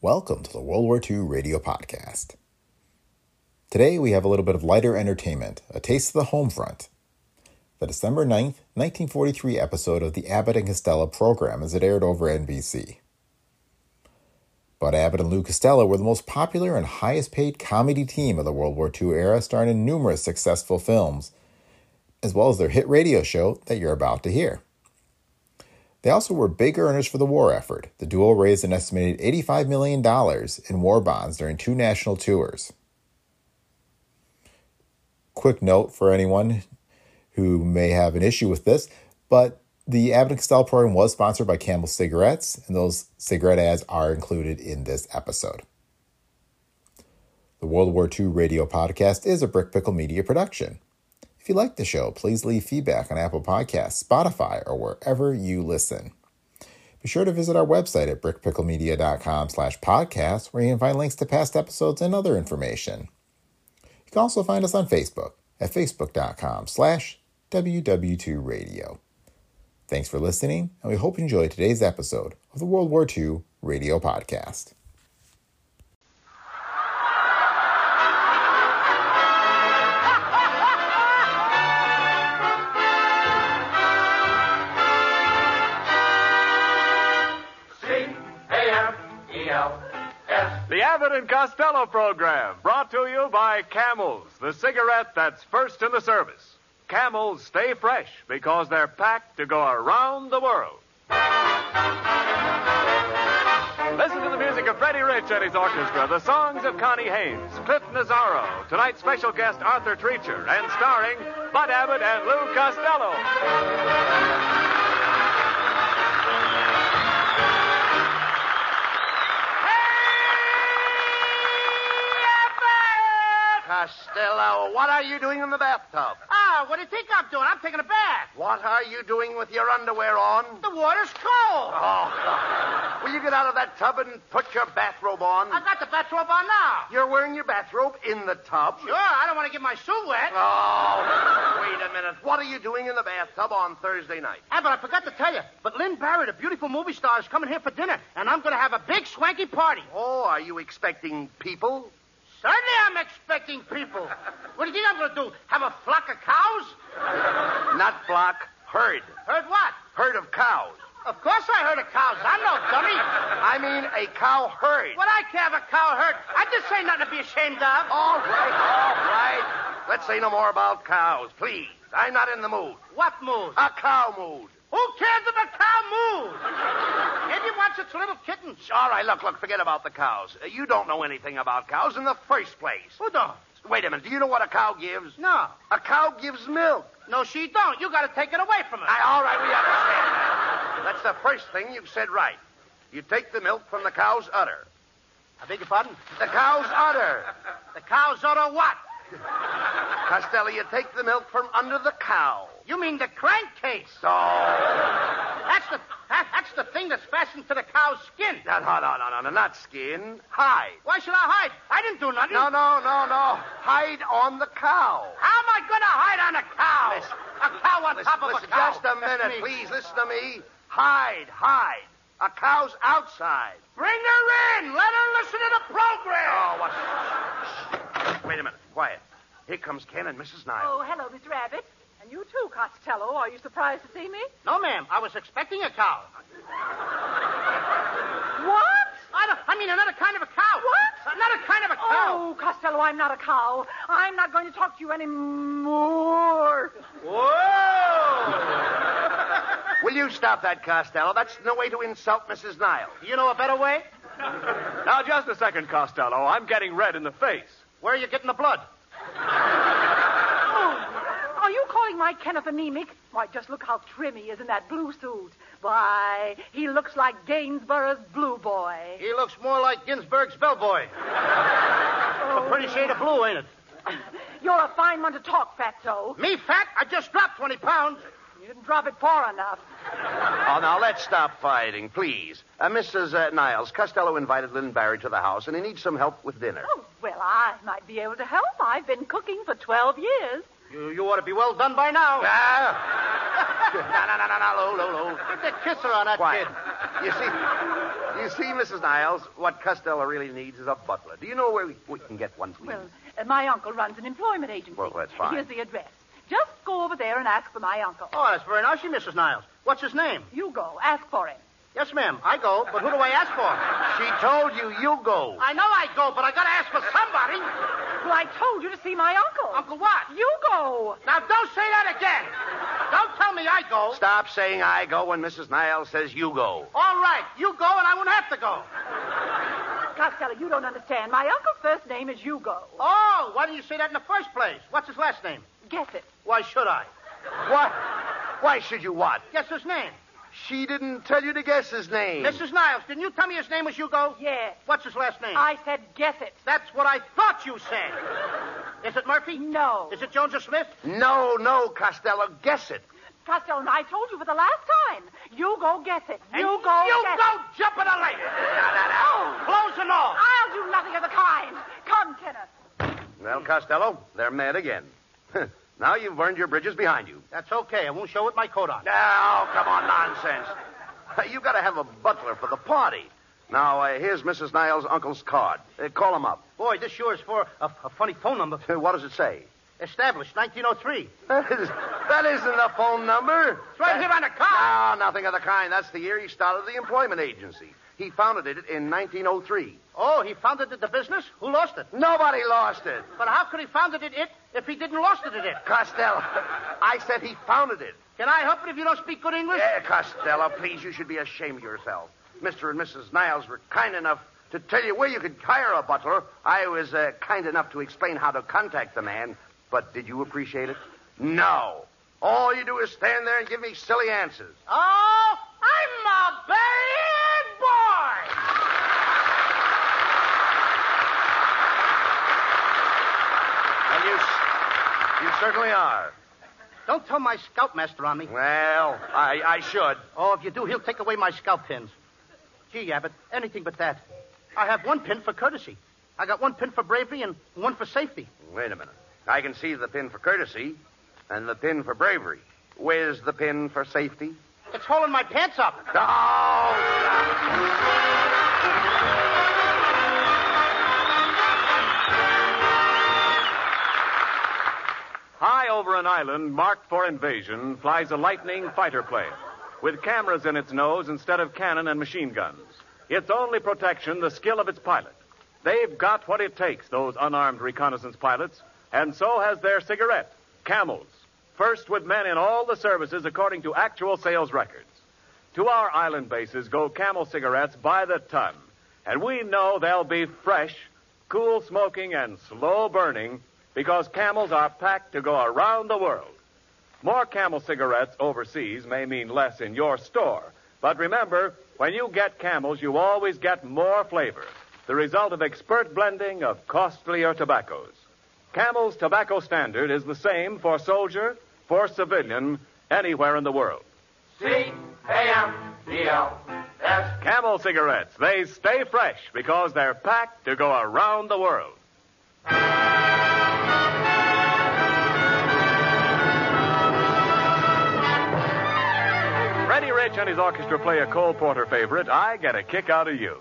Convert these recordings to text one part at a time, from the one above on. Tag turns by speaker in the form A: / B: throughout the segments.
A: Welcome to the World War II Radio Podcast. Today we have a little bit of lighter entertainment, a taste of the home front. The December 9th, 1943 episode of the Abbott and Costello program as it aired over NBC. Bud Abbott and Lou Costello were the most popular and highest paid comedy team of the World War II era, starring in numerous successful films, as well as their hit radio show that you're about to hear. They also were big earners for the war effort. The duo raised an estimated $85 million in war bonds during two national tours. Quick note for anyone who may have an issue with this, but the Abbott and Costello program was sponsored by Campbell Cigarettes, and those cigarette ads are included in this episode. The World War II Radio Podcast is a Brick Pickle Media production. If you like the show, please leave feedback on Apple Podcasts, Spotify, or wherever you listen. Be sure to visit our website at brickpicklemedia.com slash podcast, where you can find links to past episodes and other information. You can also find us on Facebook at facebook.com slash WW2Radio. Thanks for listening, and we hope you enjoy today's episode of the World War II Radio Podcast.
B: C-A-M-E-L-S.
C: The Abbott and Costello program, brought to you by Camels, the cigarette that's first in the service. Camels stay fresh because they're packed to go around the world. Listen to the music of Freddie Rich and his orchestra, the songs of Connie Haynes, Cliff Nazaro, tonight's special guest Arthur Treacher, and starring Bud Abbott and Lou Costello.
B: Costello, what are you doing in the bathtub?
D: Ah, what do you think I'm doing? I'm taking a bath.
B: What are you doing with your underwear on?
D: The water's cold.
B: Oh, will you get out of that tub and put your bathrobe on?
D: I got the bathrobe on now.
B: You're wearing your bathrobe in the tub?
D: Sure, I don't want to get my suit wet.
B: Oh, wait a minute. What are you doing in the bathtub on Thursday night?
D: Ah, but I forgot to tell you. But Lynn Barrett, a beautiful movie star, is coming here for dinner, and I'm going to have a big swanky party.
B: Oh, are you expecting people?
D: Certainly, I'm expecting people. What do you think I'm going to do? Have a flock of cows?
B: Not flock, herd.
D: Heard what?
B: Herd of cows.
D: Of course, I heard of cows. I'm no dummy.
B: I mean a cow herd.
D: What I care if a cow herd. I just say nothing to be ashamed of.
B: All right, all right. Let's say no more about cows, please. I'm not in the mood.
D: What mood?
B: A cow mood.
D: Who cares if a cow moves? Maybe once it's a little kitten.
B: All right, look, look, forget about the cows. Uh, You don't know anything about cows in the first place.
D: Who don't?
B: Wait a minute. Do you know what a cow gives?
D: No.
B: A cow gives milk.
D: No, she don't. You got to take it away from her.
B: I, all right, we understand that. That's the first thing you've said right. You take the milk from the cow's udder.
D: I beg your pardon?
B: The cow's udder.
D: The cow's udder what?
B: Costello, you take the milk from under the cow.
D: You mean the crankcase.
B: So.
D: That's the that- that's the thing that's fastened to the cow's skin.
B: No, no, no, no, no, no, not skin. Hide.
D: Why should I hide? I didn't do nothing.
B: No, no, no, no. Hide on the cow.
D: How am I going to hide on a cow?
B: Listen.
D: a cow on top of
B: Listen,
D: a cow.
B: just a
D: That's
B: minute,
D: me.
B: please. Listen to me. Hide, hide. A cow's outside.
D: Bring her in. Let her listen to the program.
B: Oh, what? Shh. Wait a minute. Quiet. Here comes Ken and Mrs. Nile.
E: Oh, hello, Miss Rabbit. And you too, Costello. Are you surprised to see me?
D: No, ma'am. I was expecting a cow.
E: What?
D: I, don't, I mean, another kind of a cow.
E: What?
D: Another kind of a cow.
E: Oh, Costello, I'm not a cow. I'm not going to talk to you anymore.
D: Oh.
B: Will you stop that, Costello? That's no way to insult Mrs. Nile.
D: You know a better way?
C: Now, just a second, Costello. I'm getting red in the face.
D: Where are you getting the blood?
E: Oh, are you calling my Kenneth anemic? Why, just look how trim he is in that blue suit. Why, he looks like Gainsborough's blue boy.
B: He looks more like Ginsburg's bellboy. a pretty shade of blue, ain't it?
E: You're a fine one to talk, Fatso.
B: Me fat? I just dropped 20 pounds.
E: You didn't drop it far enough.
D: Oh, now let's stop fighting, please. Uh, Mrs. Uh, Niles, Costello invited Lynn Barry to the house, and he needs some help with dinner.
E: Oh, well, I might be able to help. I've been cooking for 12 years.
B: You, you ought to be well done by now.
D: Ah! no, no, no, no, no, low, low, low.
B: Get the kisser on that
D: Quiet.
B: kid.
D: You see, you see, Mrs. Niles, what Costello really needs is a butler. Do you know where we, we can get one, please?
E: Well, uh, my uncle runs an employment agency.
D: Well, that's fine.
E: Here's the address. Just go over there and ask for my uncle.
B: Oh, that's very nice, of you, Mrisy, Mrs. Niles. What's his name?
E: You go. Ask for him.
B: Yes, ma'am. I go, but who do I ask for?
D: she told you you go.
B: I know I go, but I gotta ask for somebody.
E: Well, I told you to see my uncle.
B: Uncle what?
E: You go.
B: Now don't say that again. Don't tell me I go.
D: Stop saying I go when Mrs. Niles says you go.
B: All right, you go, and I won't have to go.
E: Costello, you don't understand. My uncle's first name is Hugo.
B: Oh, why didn't you say that in the first place? What's his last name?
E: Guess it.
B: Why should I?
D: What? Why should you what?
B: Guess his name.
D: She didn't tell you to guess his name.
B: Mrs. Niles, didn't you tell me his name was Hugo?
E: Yes.
B: What's his last
D: Hmm.
B: name?
E: I said guess it.
B: That's what I thought you said. Is it Murphy?
E: No.
B: Is it Jones or Smith?
D: No, no, Costello, guess it.
E: Costello, I told you for the last time. You go guess it.
B: And
E: you go
B: You
E: guess
B: go
E: it.
B: jumping a lady. Clothes and all.
E: I'll do nothing of the kind. Come, Kenneth.
D: Well, Costello, they're mad again. now you've burned your bridges behind you.
B: That's okay. I won't show with my coat on.
D: Now, come on, nonsense. You got to have a butler for the party. Now, uh, here's Mrs. Niles' uncle's card. Uh, call him up.
B: Boy, this sure is for a, a funny phone number.
D: Uh, what does it say?
B: Established 1903.
D: That, is, that isn't a phone number. Uh,
B: It's right here on the card.
D: No, nothing of the kind. That's the year he started the employment agency. He founded it in 1903.
B: Oh, he founded the business? Who lost it?
D: Nobody lost it.
B: But how could he founded it, it if he didn't lost it, it?
D: Costello, I said he founded it.
B: Can I help it if you don't speak good English?
D: Eh, Costello, please, you should be ashamed of yourself. Mr. and Mrs. Niles were kind enough to tell you where you could hire a butler. I was uh, kind enough to explain how to contact the man, but did you appreciate it? No. All you do is stand there and give me silly answers.
B: Oh, I'm a bad boy.
D: And you, s- you certainly are.
B: Don't tell my scoutmaster on me.
D: Well, I, I should.
B: Oh, if you do, he'll take away my scalp pins. Gee, Abbott, anything but that. I have one pin for courtesy. I got one pin for bravery and one for safety.
D: Wait a minute. I can see the pin for courtesy and the pin for bravery. Where's the pin for safety?
B: It's holding my pants up.
D: Oh!
C: High over an island marked for invasion flies a lightning fighter plane with cameras in its nose instead of cannon and machine guns. Its only protection, the skill of its pilot. They've got what it takes, those unarmed reconnaissance pilots, and so has their cigarette, Camels, first with men in all the services according to actual sales records. To our island bases go Camel cigarettes by the ton, and we know they'll be fresh, cool smoking, and slow burning because Camels are packed to go around the world. More Camel cigarettes overseas may mean less in your store, but remember, when you get Camels, you always get more flavor, the result of expert blending of costlier tobaccos. Camel's tobacco standard is the same for soldier, for civilian, anywhere in the world. Camel cigarettes. They stay fresh because they're packed to go around the world. Freddie Rich and his orchestra play a Cole Porter favorite, I Get a Kick Out of You.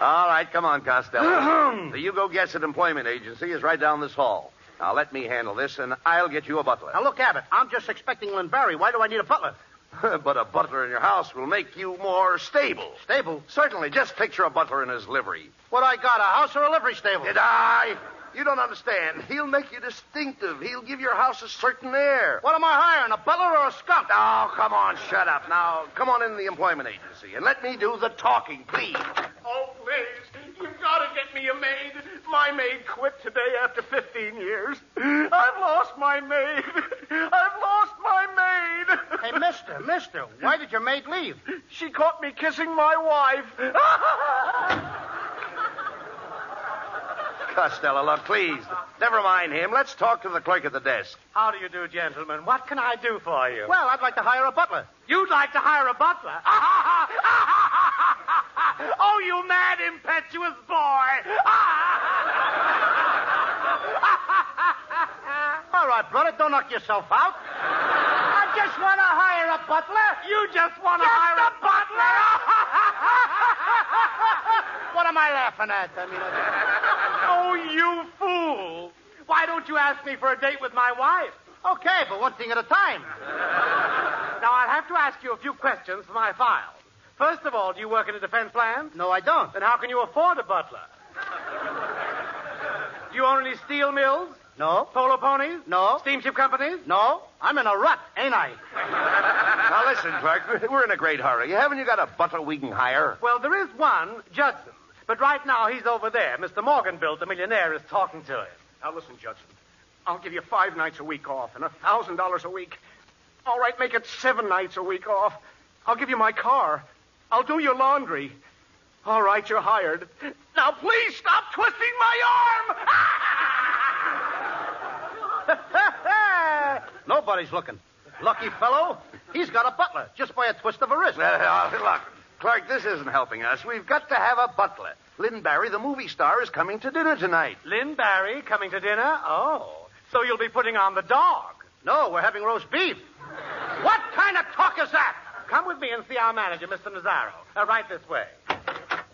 B: right, come on, Costello. the You Go Guess at Employment Agency is right down this hall. Now, let me handle this, and I'll get you a butler.
D: Now, look, Abbott, I'm just expecting Lynn Barry. Why do I need a butler?
B: but a butler in your house will make you more stable.
D: Stable?
B: Certainly. Just picture a butler in his livery.
D: What I got, a house or a livery stable?
B: Did I? You don't understand. He'll make you distinctive. He'll give your house a certain air.
D: What am I hiring, a butler or a skunk?
B: Oh, come on, shut up. Now, come on in the employment agency and let me do the talking, please.
F: Oh, please. You've got to get me a maid. My maid quit today after 15 years. I've lost my maid. I've lost my maid.
D: Hey, mister, mister, why did your maid leave?
F: She caught me kissing my wife.
B: Costello, look, please. Never mind him. Let's talk to the clerk at the desk.
G: How do you do, gentlemen? What can I do for you?
D: Well, I'd like to hire a butler.
G: You'd like to hire a butler? oh, you mad, impetuous boy!
D: All right, brother, don't knock yourself out. I just want to hire a butler.
G: You just want to
D: Just
G: hire
D: a
G: butler?
D: What am I laughing at? I mean, I...
G: oh, you fool! Why don't you ask me for a date with my wife?
D: okay, but one thing at a time.
G: Now, I'll have to ask you a few questions for my file. First of all, do you work in a defense land?
D: No, I don't.
G: Then how can you afford a butler? Do you own any steel mills?
D: No,
G: Polo ponies?
D: No.
G: Steamship companies?
D: no, I'm in a rut, ain't I?
B: Now, listen, clerk. We're in a great hurry. Haven't you got a butler we can hire?
G: Well, there is one, Judson. But right now, he's over there. Mr. Morganbilt, the millionaire, is talking to him.
F: Now, listen, Judson. I'll give you five nights a week off and a thousand dollars a week. All right, make it seven nights a week off. I'll give you my car. I'll do your laundry. All right, you're hired. Now, please stop twisting my arm!
D: Nobody's looking. Lucky fellow, he's got a butler just by a twist of a wrist.
B: Well, uh, look, clerk, this isn't helping us. We've got to have a butler. Lynn Barry, the movie star, is coming to dinner tonight.
G: Lynn Barry coming to dinner? Oh. So you'll be putting on the dog.
D: No, we're having roast beef.
G: What kind of talk is that? Come with me and see our manager, Mr. Nazaro. Uh, right this way.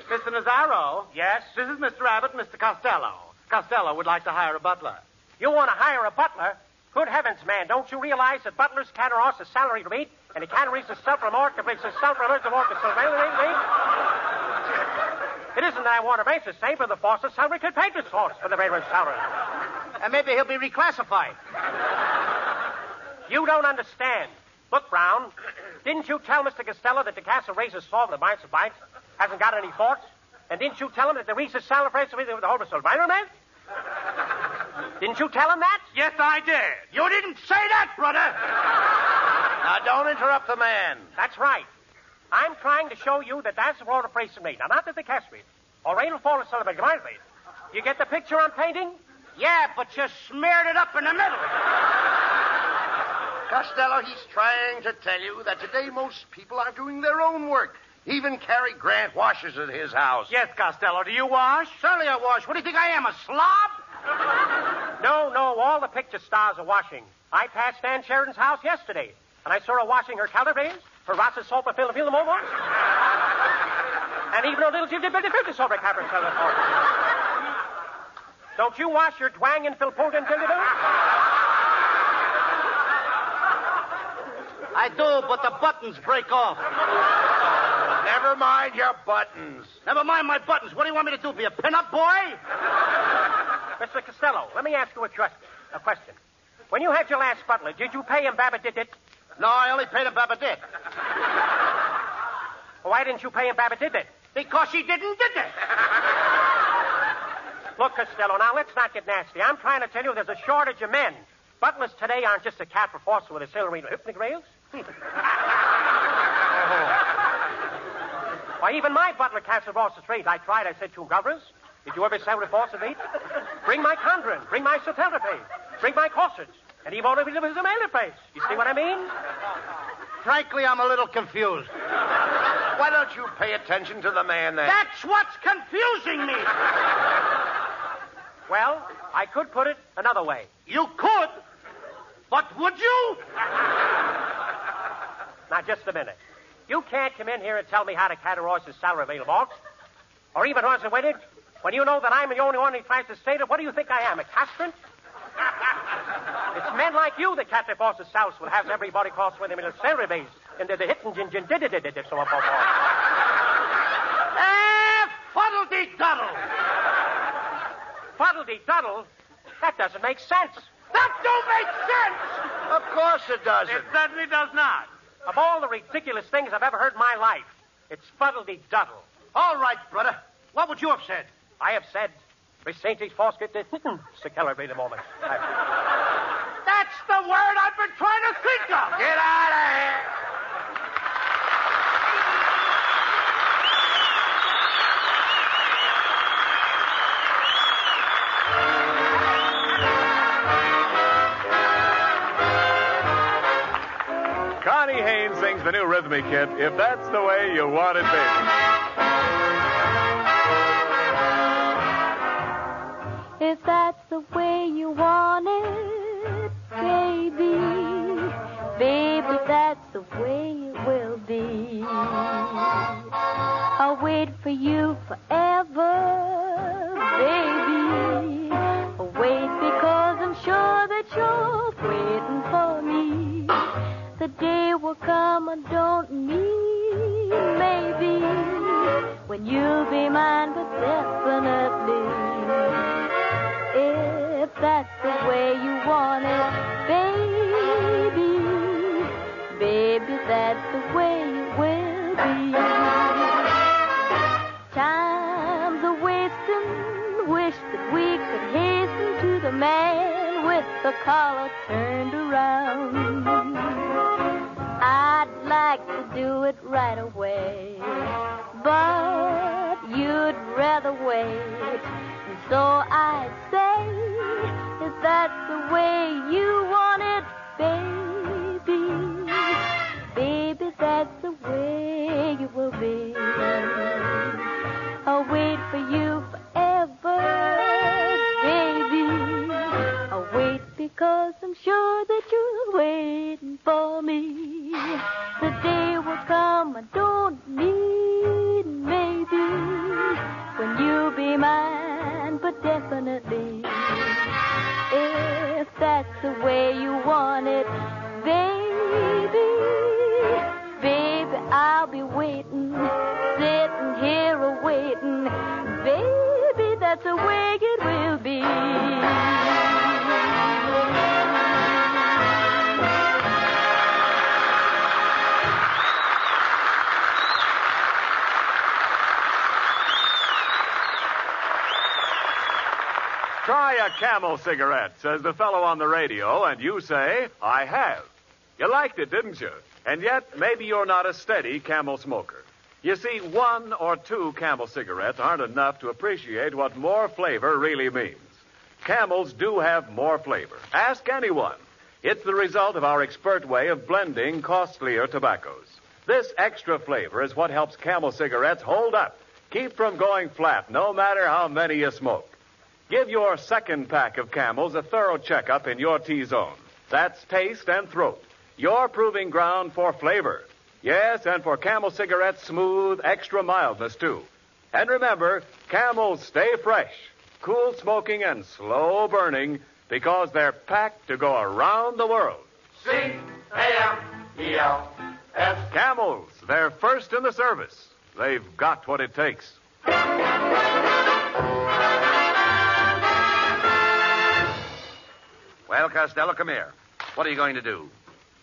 G: Mr. Nazaro? Yes? This is Mr. Abbott, Mr. Costello. Costello would like to hire a butler. You want to hire a butler? Good heavens, man, don't you realize that butlers can't earn a salary rate, and they can't raise the self remark if it's a self remark of surveillance It isn't that I want to raise the same for the forces salary could pay the source for the railroad salary.
D: And maybe he'll be reclassified.
G: You don't understand. Look, Brown, didn't you tell Mr. Costello that the castle raises solve the bites of bites? Hasn't got any forts? And didn't you tell him that the Reese's salad race with the whole of man? Didn't you tell him that?
F: Yes, I did.
D: You didn't say that, brother.
B: Now, don't interrupt the man.
G: That's right. I'm trying to show you that that's the wrong appraisal rate. Now, not that the cash rate. Or rain will fall to celebrate the rate. You get the picture I'm painting?
D: Yeah, but you smeared it up in the middle.
B: Costello, he's trying to tell you that today most people are doing their own work. Even Cary Grant washes at his house.
G: Yes, Costello. Do you wash?
D: Certainly I wash. What do you think I am, a slob?
G: No, no, all the picture stars are washing. I passed Ann Sheridan's house yesterday, and I saw her washing her calabrese, her Rasa Sopa Filipino Momo, and even a little Jim Bitty Bitty Sopa Cabernet Don't you wash your twang and filpoot and filipino?
D: I do, but the buttons break off.
B: Never mind your buttons.
D: Never mind my buttons. What do you want me to do? Be a pin-up boy?
G: Mr. Costello, let me ask you a question. A question. When you had your last butler, did you pay him Babbitt did it?
D: No, I only paid him Babadette.
G: Why didn't you pay him Babbitt did it?
D: Because she didn't did that.
G: Look, Costello, now let's not get nasty. I'm trying to tell you there's a shortage of men. Butlers today aren't just a cat for fossil with a celery and hypnic rails. Why, even my butler cats for Ross's rate. I tried, I said to him, Governors, did you ever sell a Ross's rate? Bring my Condren, bring my Sotelripe, bring my Corsets, and he won't even give his a face. You see what I mean?
D: Frankly, I'm a little confused.
B: Why don't you pay attention to the man there?
D: That's what's confusing me.
G: Well, I could put it another way.
D: You could, but would you?
G: Now, just a minute. You can't come in here and tell me how to categorize the salary available.
H: Or even wants it waited? When you know that I'm the only one who tries to state it, what do you think I am, a castrant? it's men like you that can't divorce the South will have everybody cross with him in a ceremony. And they're the hitting gin gin did it so up
B: Eh, fuddle-dee-duddle.
H: Fuddle-dee-duddle? That doesn't make sense.
B: That don't make sense! Of course it doesn't.
H: It certainly does not. Of all the ridiculous things I've ever heard in my life, it's fuddle-dee-duddle.
D: All right, brother. What would you have said?
H: I have said, Miss St. James Fosgate, Sir Keller, wait a moment. I-
B: That's the word I've been trying to think of. Get out of here.
C: Connie Haynes sings the new rhythmic hit, If That's the Way You Want It, Baby.
I: If that's the way you want it, baby, baby, that's the way it will be. I'll wait for you forever, baby. I'll wait because I'm sure that you're waiting for me. The day will come, I don't mean maybe, when you'll be mine, but definitely. If that's the way you want it, baby, baby, that's the way it will be. Time's a wasting, wish that we could hasten to the man with the collar turned around. I'd like to do it right away, but you'd rather wait. And so I say, if that's the way you want it, baby, baby, that's the way you will be. I'll wait for you forever, baby. I'll wait because I'm sure that you're waiting for me. The day will come, I don't need maybe when you'll be mine, but definitely. If that's the way you want it, baby, baby, I'll be waiting, sitting here awaiting. Baby, that's the way it will be.
C: Try a camel cigarette, says the fellow on the radio, and you say, I have. You liked it, didn't you? And yet, maybe you're not a steady camel smoker. You see, one or two camel cigarettes aren't enough to appreciate what more flavor really means. Camels do have more flavor. Ask anyone. It's the result of our expert way of blending costlier tobaccos. This extra flavor is what helps camel cigarettes hold up, keep from going flat, no matter how many you smoke. Give your second pack of camels a thorough checkup in your T zone. That's taste and throat. Your proving ground for flavor. Yes, and for camel cigarettes, smooth, extra mildness, too. And remember, camels stay fresh, cool smoking, and slow burning because they're packed to go around the world.
F: C A M E L.
C: Camels, they're first in the service. They've got what it takes.
B: Well, Costello, come here. What are you going to do?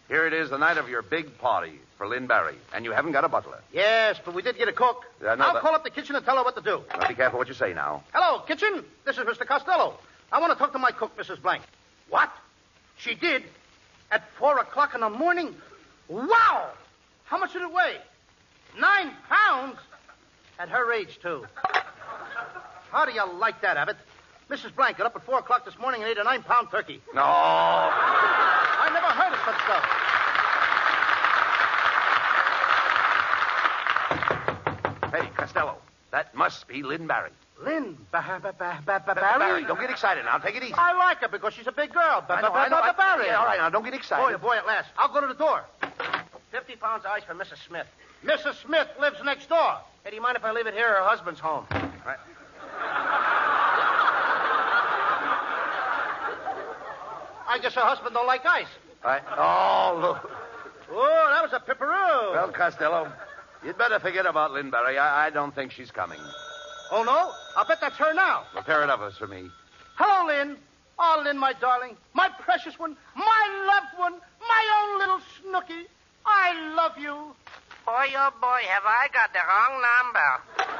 B: Here it is, the night of your big party for Lynn Barry, and you haven't got a butler.
D: Yes, but we did get a cook.
B: Yeah, I know
D: I'll
B: that-
D: call up the kitchen and tell her what to do.
B: Now, be careful what you say now.
D: Hello, kitchen. This is Mr. Costello. I want to talk to my cook, Mrs. Blank. What? She did? At four o'clock in the morning? Wow! How much did it weigh? Nine pounds? At her age, too. How do you like that, Abbott? Mrs. Blank got up at four o'clock this morning and ate a nine pound turkey.
B: No.
D: I never heard of such stuff.
B: Hey, Costello, that must be Lynn Barry.
D: Lynn ba- ba- ba- ba- ba-
B: Barry?
D: Uh, Barry?
B: don't get excited now. Take it easy.
D: I like her because she's a big girl. Ba-
B: I know,
D: ba-
B: I know,
D: ba-
B: I-
D: ba- Barry.
B: Yeah, all right, now, don't get excited.
D: Boy, oh boy, at last. I'll go to the door. 50 pounds of ice for Mrs. Smith. Mrs. Smith lives next door. Hey, do you mind if I leave it here? Her husband's home. I guess her husband don't like ice.
B: I, oh, look.
D: Oh, that was a pipperoo.
B: Well, Costello, you'd better forget about Lindberry. I, I don't think she's coming.
D: oh, no? I'll bet that's her now.
B: A pair of us for me.
D: Hello, Lynn. Oh, Lynn, my darling. My precious one. My loved one. My own little snooky. I love you.
J: Boy, oh boy, have I got the wrong number.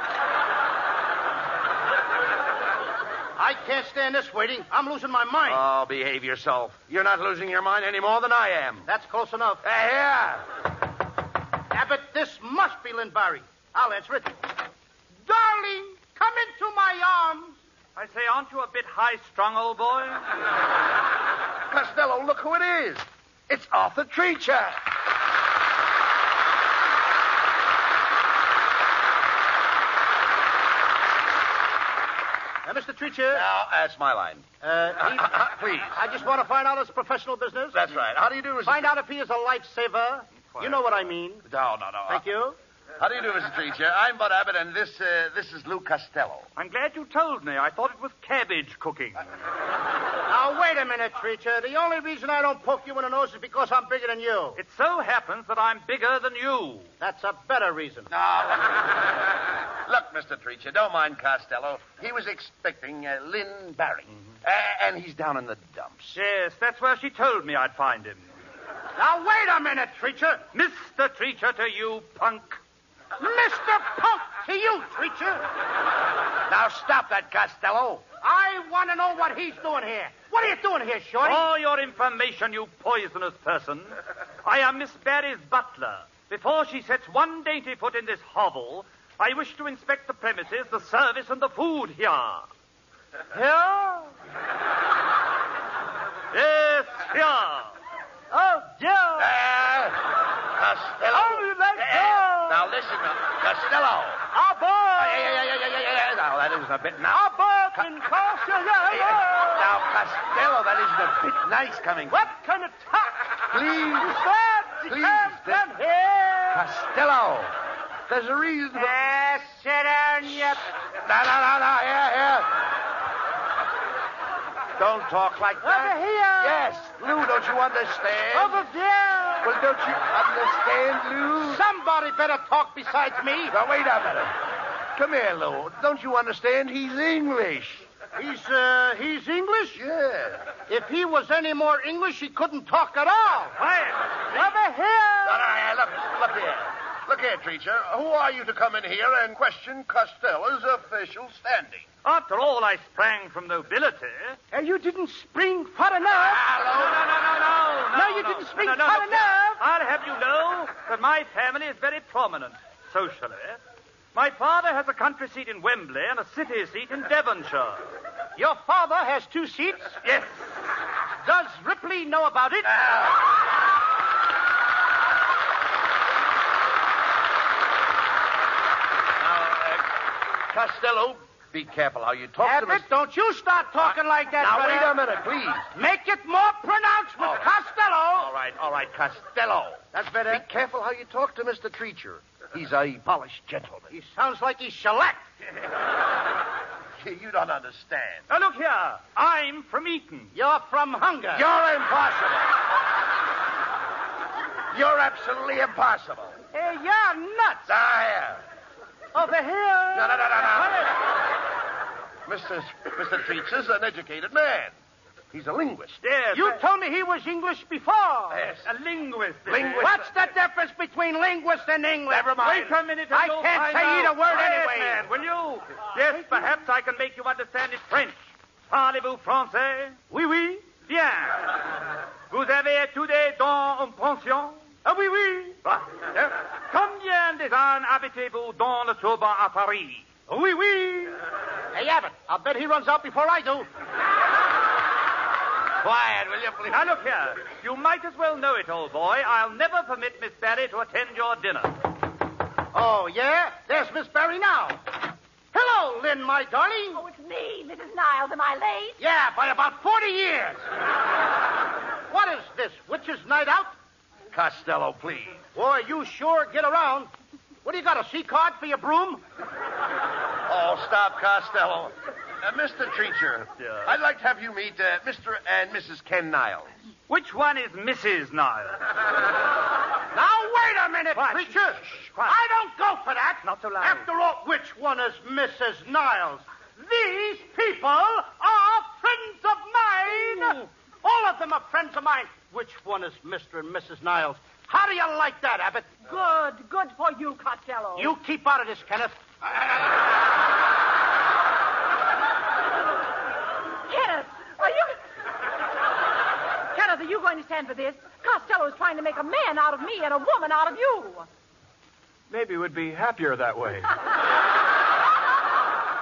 D: I can't stand this waiting. I'm losing my mind.
B: Oh, behave yourself. You're not losing your mind any more than I am.
D: That's close enough.
B: Hey, here.
D: Abbott, this must be Lynn Barry. I'll answer it. Darling, come into my arms.
K: I say, aren't you a bit high strung, old boy?
B: Costello, look who it is. It's Arthur Treacher.
D: Now, Mr. Treacher.
B: Now, that's my line.
D: Uh, he-
B: Please.
D: I just want to find out his professional business.
B: That's right. How do you do, Mr.
D: Find out if he is a lifesaver. You know what I mean.
B: No, no, no.
D: Thank you.
B: How do you do, Mr. Treacher? I'm Bud Abbott, and this uh, this is Lou Costello.
K: I'm glad you told me. I thought it was cabbage cooking.
D: Now, wait a minute, Treacher. The only reason I don't poke you in the nose is because I'm bigger than you.
K: It so happens that I'm bigger than you.
D: That's a better reason.
B: Look, Mr. Treacher, don't mind Costello. He was expecting uh, Lynn Barry,
D: Mm-hmm.
B: uh, and he's down in the dumps.
K: Yes, that's where she told me I'd find him.
D: Now, wait a minute, Treacher.
K: Mr. Treacher to you, punk.
D: Mr. Punk to you, Treacher.
B: Now, stop that, Costello.
D: I want to know what he's doing here. What are you doing here, Shorty?
K: For your information, you poisonous person, I am Miss Barry's butler. Before she sets one dainty foot in this hovel, I wish to inspect the premises, the service, and the food here.
D: Here?
K: Yes, here.
D: Oh, dear.
B: Uh, Costello.
D: Only let
B: Uh,
D: go.
B: now, listen, uh, Costello.
D: Our
B: Uh,
D: boy.
B: yeah, yeah, yeah, yeah, yeah, yeah. Now, that isn't a bit now.
D: Our boy can cost you your
B: Hey,
D: love.
B: Now, Costello, that isn't a bit nice coming.
D: What kind of talk? You
B: Please,
D: said you
B: Please,
D: can't
B: this-
D: come here.
B: Costello. There's a reason. For...
D: Yes, sit down, you...
B: No, no, no, no. Here, here. Don't talk like
D: Over
B: that.
D: here.
B: Yes, Lou, don't you understand?
D: Over there.
B: Well, don't you understand, Lou?
D: Somebody better talk besides me.
B: Now, wait a minute. Come here, Lou. Don't you understand? He's English.
D: He's, uh, he's English?
B: Yeah.
D: If he was any more English, he couldn't talk at all.
B: Quiet.
D: Over
B: No,
D: here.
B: no, no, look, look here. Look here, Treacher. Who are you to come in here and question Costello's official standing?
K: After all, I sprang from nobility.
D: And Uh, you didn't spring far enough.
K: No, no, no, no, no.
D: No, you didn't speak
K: no, no,
D: far
K: no.
D: enough.
K: I'll have you know that my family is very prominent socially. My father has a country seat in Wembley and a city seat in Devonshire.
D: Your father has two seats.
K: Yes. Uh,
D: Does Ripley know about it?
B: Now, uh, Costello, be careful how you talk to
D: Abbott,
B: Mr.
D: don't you start talking
K: Uh,
D: like that,
B: Now,
D: brother.
B: wait a minute, please.
D: Make it more pronounced with
B: All right. All
D: Costello.
B: right, all right, Costello.
D: That's better.
B: Be careful how you talk to Mr. Treacher. He's a polished gentleman.
D: He sounds like he's shellacked.
B: You don't understand.
K: Now, look here. I'm from Eton.
D: You're from hunger.
B: You're impossible. You're absolutely impossible.
D: Hey, you're nuts.
B: Ah, yeah.
D: Over here.
B: No, no, no, no, no. Mr. Mr. Treacher's an educated man. He's a linguist.
K: Yes.
D: You
K: I-
D: told me he was English before.
B: Yes.
K: uh, a linguist. is
B: Linguist.
K: it?
D: What's the difference between linguist and English?
B: Never mind.
K: Wait a minute. and
D: I
K: you'll
D: can't
K: find
D: say
K: out.
D: either word
K: Quiet,
D: anyway.
K: Man, will you? Yes, perhaps I can make you understand in French. Parlez-vous français? Oui, oui. Bien. Vous avez étudié dans une pension? Ah oui, oui. Ah, hein? Combien des ans habitez-vous dans le Touba à Paris? Ah, Oui, oui.
D: Hey, Abbott, I'll bet he runs out before I do.
B: Quiet, will you please?
K: Now look here. You might as well know it, old boy. I'll never permit Miss Barry to attend your dinner.
D: Oh, yeah? There's Miss Barry now. Hello, Lynn, my darling.
E: Oh, it's me, Mrs. Niles. Am I late?
D: Yeah, by about 40 years. what is this, witch's night out?
B: Costello, please.
D: Boy, you sure get around. What do you got, a C card for your broom?
B: Oh, stop, Costello. Uh, Mr. Treacher, I'd like to have you meet uh, Mr. and Mrs. Ken Niles.
K: Which one is Mrs. Niles?
D: Now, wait a minute,
K: Quiet.
D: preacher. I don't go for that. Not so loud. After all, which one is Mrs. Niles? These people are friends of mine. All of them are friends of mine. Which one is Mr. and Mrs. Niles? How do you like that, Abbott?
E: Good, good for you, Costello.
D: You keep out of this, Kenneth.
E: Kenneth, are you. Kenneth, are you going to stand for this? Costello is trying to make a man out of me and a woman out of you.
C: Maybe we'd be happier that way.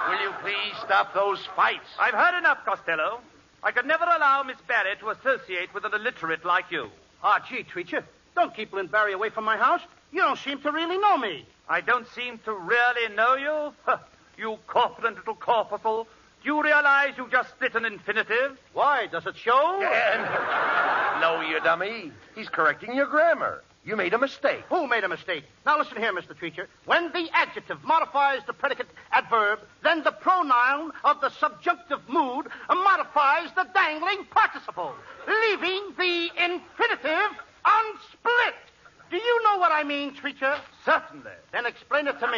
B: Will you please stop those fights?
K: I've heard enough, Costello. I could never allow Miss Barry to associate with an illiterate like you.
D: Ah, gee, Treacher, don't keep Lynn Barry away from my house. You don't seem to really know me.
K: I don't seem to really know you. Huh, You corpulent little corpuscle. Do you realize you just split an infinitive?
D: Why? Does it show?
B: And- no, you dummy. He's correcting your grammar. You made a mistake.
D: Who made a mistake? Now listen here, Mr. Treacher. When the adjective modifies the predicate adverb, then the pronoun of the subjunctive mood modifies the dangling participle, leaving the infinitive unsplit. Do you know what I mean, Treacher?
K: Certainly.
D: Then explain it to me.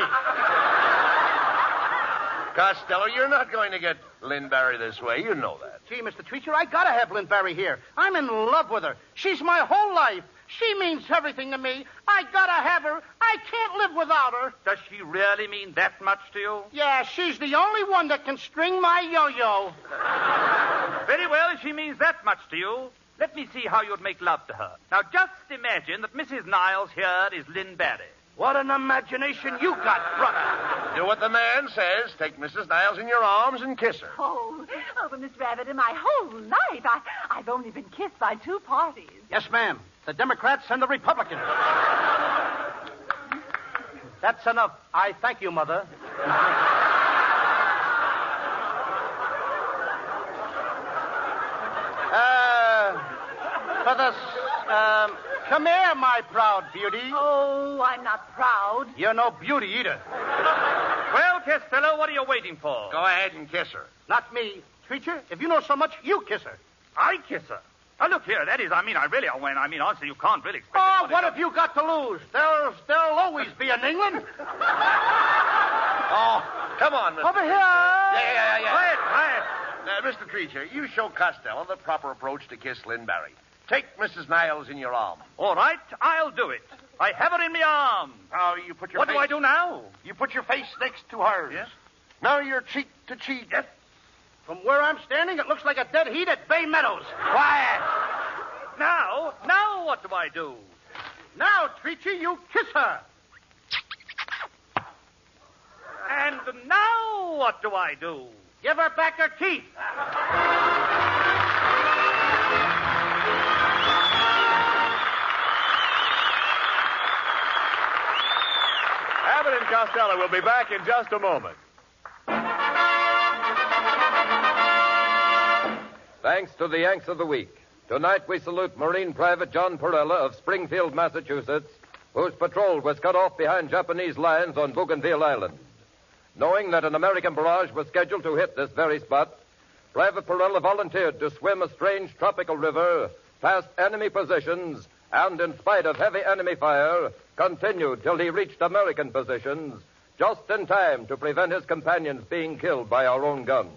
B: Costello, you're not going to get Lynn Barry this way. You know that.
D: Gee, Mr. Treacher, I gotta have Lynn Barry here. I'm in love with her. She's my whole life. She means everything to me. I gotta have her. I can't live without her.
K: Does she really mean that much to you?
D: Yeah, she's the only one that can string my yo-yo.
K: Very well, if she means that much to you, let me see how you'd make love to her. Now, just imagine that Mrs. Niles here is Lynn Barry.
D: What an imagination you got, brother.
B: Do what the man says. Take Mrs. Niles in your arms and kiss her.
E: Oh, oh, but Miss Rabbit, in my whole life, I, I've only been kissed by two parties.
D: Yes, ma'am. The Democrats and the Republicans. That's enough. I thank you, Mother. uh, for the... s- Um, come here, my proud beauty.
E: Oh, I'm not proud.
D: You're no beauty either.
K: Well, Costello, what are you waiting for?
B: Go ahead and kiss her.
D: Not me. Treacher, if you know so much, you kiss her.
K: I kiss her. Now, Uh, look here, that is, I mean, I really, I mean, I mean, honestly, you can't really expect
D: Oh,
K: anybody
D: what
K: to-
D: have you got to lose? There's, there'll always be an England.
B: Oh, come on, Mr.
D: Over here.
B: Yeah, yeah, yeah. yeah.
K: Quiet, quiet.
B: Now, Mr. Creature, you show Costello the proper approach to kiss Lynn Barry. Take Mrs. Niles in your arm.
K: All right, I'll do it. I have her in my arms.
B: Now, you put your
K: what
B: face...
K: do I do now?
B: You put your face next to hers.
K: Yes.
B: Now you're cheek to cheek. Yes.
D: From where I'm standing, it looks like a dead heat at Bay Meadows.
B: Quiet.
K: Now, now what do I do?
D: Now, Treacher, you kiss her.
K: And now what do I do?
D: Give her back her teeth.
C: Abbott and Costello will be back in just a moment.
L: Thanks to the Yanks of the Week. Tonight we salute Marine Private John Perella of Springfield, Massachusetts, whose patrol was cut off behind Japanese lines on Bougainville Island. Knowing that an American barrage was scheduled to hit this very spot, Private Perella volunteered to swim a strange tropical river past enemy positions and, in spite of heavy enemy fire, continued till he reached American positions just in time to prevent his companions being killed by our own guns.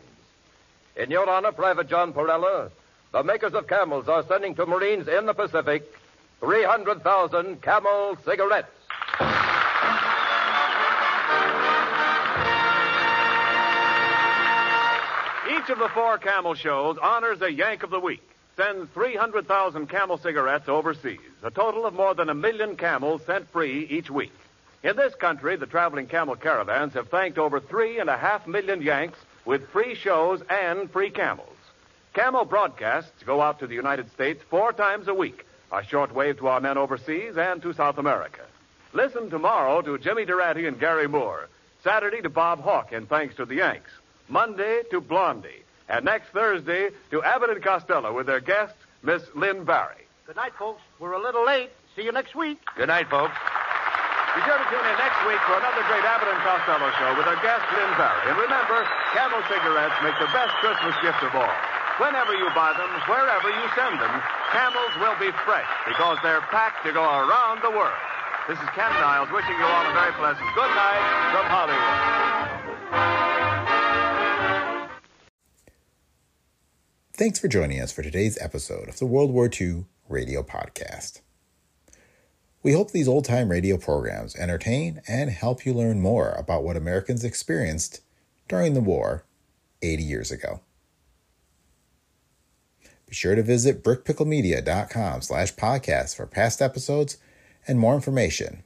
L: In your honor, Private John Perella, the makers of camels are sending to Marines in the Pacific 300,000 camel cigarettes.
C: Each of the four camel shows honors a Yank of the Week, sends 300,000 camel cigarettes overseas, a total of more than a million camels sent free each week. In this country, the traveling camel caravans have thanked over three and a half million Yanks with free shows and free camels. Camel broadcasts go out to the United States four times a week, a shortwave to our men overseas and to South America. Listen tomorrow to Jimmy Durante and Gary Moore. Saturday to Bob Hawk and Thanks to the Yanks. Monday to Blondie. And next Thursday to Abbott and Costello with their guest, Miss Lynn Barry.
D: Good night, folks. We're a little late. See you next week.
B: Good night, folks.
C: Be sure to tune in next week for another great Abbott and Costello show with our guest, Lynn Barry. And remember, Camel cigarettes make the best Christmas gift of all. Whenever you buy them, wherever you send them, Camels will be fresh because they're packed to go around the world. This is Ken Niles wishing you all a very pleasant good night from Hollywood.
A: Thanks for joining us for today's episode of the World War II Radio Podcast. We hope these old time radio programs entertain and help you learn more about what Americans experienced during the war 80 years ago. Be sure to visit brickpicklemedia.com slash podcast for past episodes and more information